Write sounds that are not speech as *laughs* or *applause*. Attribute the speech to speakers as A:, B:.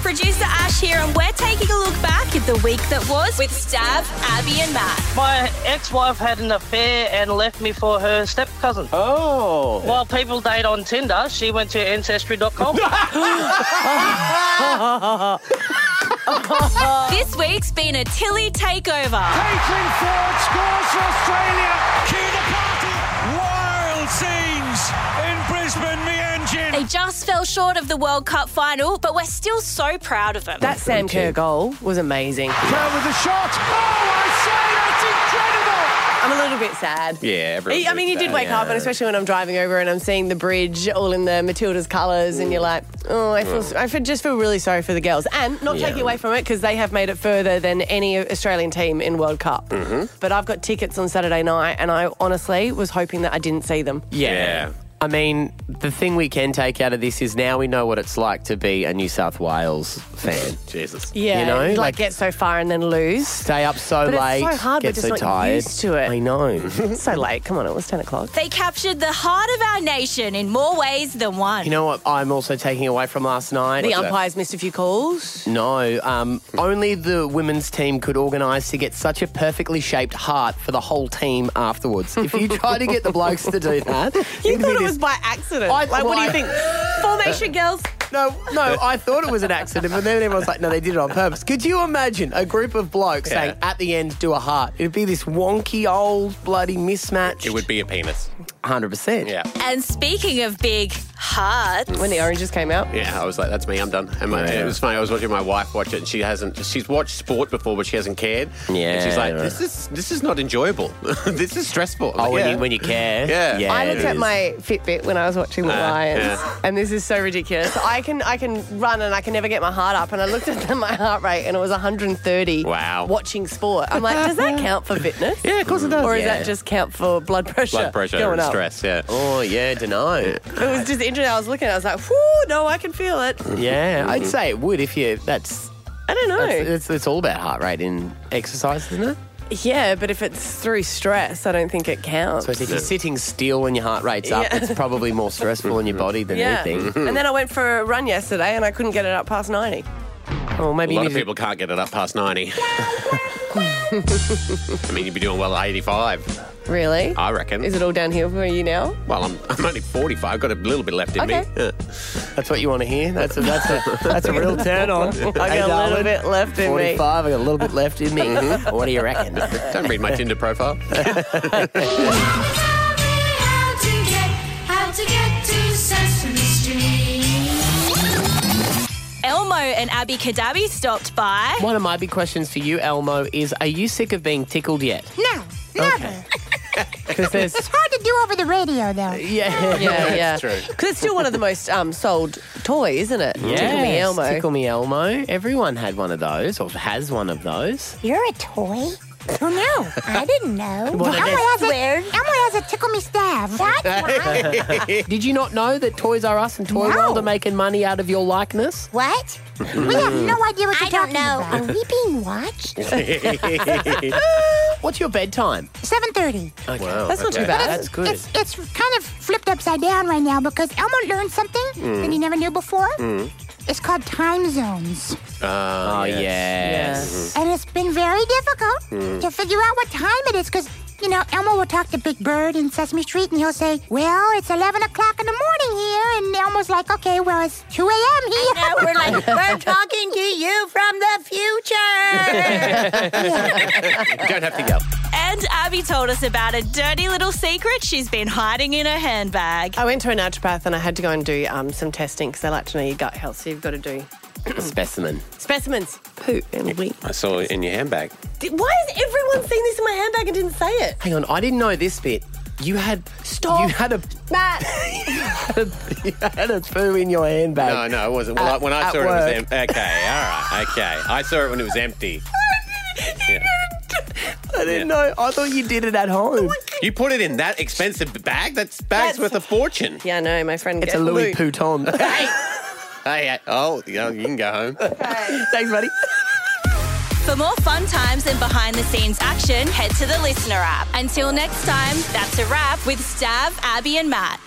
A: Producer Ash here, and we're taking a look back at the week that was with Stav, Abby, and Matt.
B: My ex-wife had an affair and left me for her step cousin.
C: Oh.
B: While people date on Tinder, she went to ancestry.com.
A: This week's been a Tilly takeover.
D: Caitlin Ford scores for Australia. Cue the party. Wild scenes in Brisbane, Mianjin.
A: They just fell short of the World Cup final, but we're still so proud of them.
E: That Sam Kerr goal was amazing.
D: Kerr with the shot. Oh, I say that's incredible.
E: I'm a little bit sad.
C: Yeah, everyone.
E: He- I mean, you did wake up, and especially when I'm driving over and I'm seeing the bridge all in the Matilda's colours, and you're like, oh, I feel, I feel, just feel really sorry for the girls. And not taking away from it because they have made it further than any Australian team in World Cup. But I've got tickets on Saturday night, and I honestly was hoping that I didn't see them.
F: Yeah.
C: Yeah.
F: I mean, the thing we can take out of this is now we know what it's like to be a New South Wales fan.
C: *laughs* Jesus.
E: Yeah,
F: You know,
E: like,
F: like-
E: get so far and then lose.
F: Stay up so
E: But it's
F: late,
E: so hard, we're
F: get
E: just
F: so
E: not
F: tired.
E: used to it.
F: I
C: *laughs*
F: know.
E: It's so late. Come on, it was ten o'clock.
A: They captured the heart of our nation in more ways than one.
F: you know what? I'm also taking away from last night.
E: The umpires missed a few calls.
F: No, um, only the women's team could organise to get such a perfectly shaped heart for the whole team afterwards. If
C: *laughs*
F: you try to get the blokes to do that,
E: You
F: it'd
E: thought
F: be
E: it
F: this-
E: was by accident.
F: I-
E: like, what do you
F: why-
E: think? *laughs* Formation girls.
F: No, no, I thought it was an accident, but then everyone's like, no, they did it on purpose. Could you imagine a group of blokes
C: Yeah.
F: saying at the end, do a heart? It'd be this wonky old bloody mismatch.
C: It would be a penis.
F: 100%.
C: Yeah.
A: And speaking of big hearts,
E: When the oranges came out.
C: Yeah, I was like, that's me, I'm done. And my,
F: Yeah.
C: it was funny, I was watching my wife watch it and she hasn't, she's watched sport before, but she hasn't cared. And she's
F: Yeah,
C: like,
F: right.
C: this is this is not enjoyable. *laughs* this is stressful. I was
F: Oh,
C: like,
F: when,
C: yeah.
F: you, when you care.
C: Yeah.
F: yeah
E: I looked
F: it
E: at
F: is. Uh,
E: my Fitbit when I was watching the
C: Ah,
E: Lions,
C: yeah.
E: and this is so ridiculous. I can I can run and I can never get my heart up, and I looked at my heart rate and it was 130.
C: Wow.
E: Watching sport, I'm like, does that count for fitness?
F: Yeah, of course it does.
E: Or does
F: yeah.
E: that just count for blood pressure?
C: Blood pressure
E: going
C: and
E: up?
C: stress, yeah.
F: Oh, yeah, dunno.
E: It was just interesting. I was looking, I was like, whoo, no, I can feel it.
F: Yeah, I'd say it would if you. That's.
E: I don't know.
F: That's, it's, it's all about heart rate in exercise, isn't it?
E: yeah, but if it's through stress, I don't think it counts.
F: So if you're sitting still and your heart rate's up,
E: Yeah.
F: it's probably more stressful on your body than
E: yeah.
F: anything.
E: *laughs* And then I went for a run yesterday and I couldn't get it up past 90.
F: Or
C: A
F: maybe you
C: lot
F: need
C: of people can't get it up past 90. I mean, you'd be doing well at 85,
E: Really?
C: I reckon.
E: Is it all downhill for you now?
C: well, I'm, I'm only 45. I've got a little bit left in
E: Okay.
C: me. Yeah.
F: To, that's what you want to hear. That's a that's a that's a real turn on. I
E: I got a little bit left in me.
F: Forty-five. I got a little bit left in me. *laughs* What do you reckon?
C: Don't read my Tinder profile.
G: How to get, how to get to Sesame Street.
A: Elmo and Abby Kadabi stopped by.
F: *laughs* One of my big questions for you, Elmo, is: Are you sick of being tickled yet?
H: No, never. *laughs*
F: Because there's
H: It's hard to do over the radio,
F: *laughs*
H: though. *laughs*
F: yeah.
E: Yeah, yeah.
C: true.
E: Because it's still one of the most um, sold toys, isn't it? Tickle Me
F: Yes,
E: Elmo.
F: Tickle me Elmo. Everyone had one of those or has one of those.
H: You're a toy. Oh no, I didn't know.
F: Well,
H: Elmo
F: that's
H: has weird. A, Elmo has a tickle me staff. What? What?
F: Did you not know that Toys R Us and Toy
H: No.
F: World are making money out of your likeness?
H: what? We have no idea what you're talking know. about. Are we being watched?
F: What's your bedtime?
H: Seven thirty.
F: Okay.
E: That's not too bad.
F: That's good.
H: It's it's kind of flipped upside down right now because Elmo learned something that he never knew before. It's called time zones,
F: Oh, yes.
H: and it's been very difficult to figure out what time it is because. You know, Elmo will talk to Big Bird in Sesame Street, and he'll say, "Well, it's 11 o'clock in the morning here," and Elmo's like, "Okay, well, it's 2 a.m. here." we're *laughs* like, "We're talking to you from the future."
C: Don't have to yell.
A: And Abby told us about a dirty little secret she's been hiding in her handbag.
E: I went to a naturopath and I had to go and do um, some testing because they like to know your gut health. So you've got to do
F: Specimen.
E: specimens, poo, and wee.
C: *laughs* I saw it in your handbag.
E: Did- Why has everyone seen this in my handbag and didn't say it?
F: Hang on, I didn't know this bit. You had
E: Stop.
F: You had a *laughs*
E: Matt,
F: you had a poo in your
C: No,
F: handbag.
C: no, it wasn't. Well,
F: At-
C: I when I
F: at
C: saw it,
F: work.
C: it was empty. Okay, all right, okay. I saw it when it was empty. Yeah.
F: I didn't
C: Yeah.
F: know. I thought you did it at home.
C: You put it in that expensive bag? That's
E: That's-
C: bags worth a fortune.
E: yeah, I know. My friend.
F: It's a Louis
E: poo.
F: Pouton.
C: Hey, hey, oh, you, know, you can go home.
F: *laughs* Thanks, buddy.
A: For more fun times and behind the scenes action, head to the listener app. Until next time, that's a wrap with Stav, Abby, and Matt.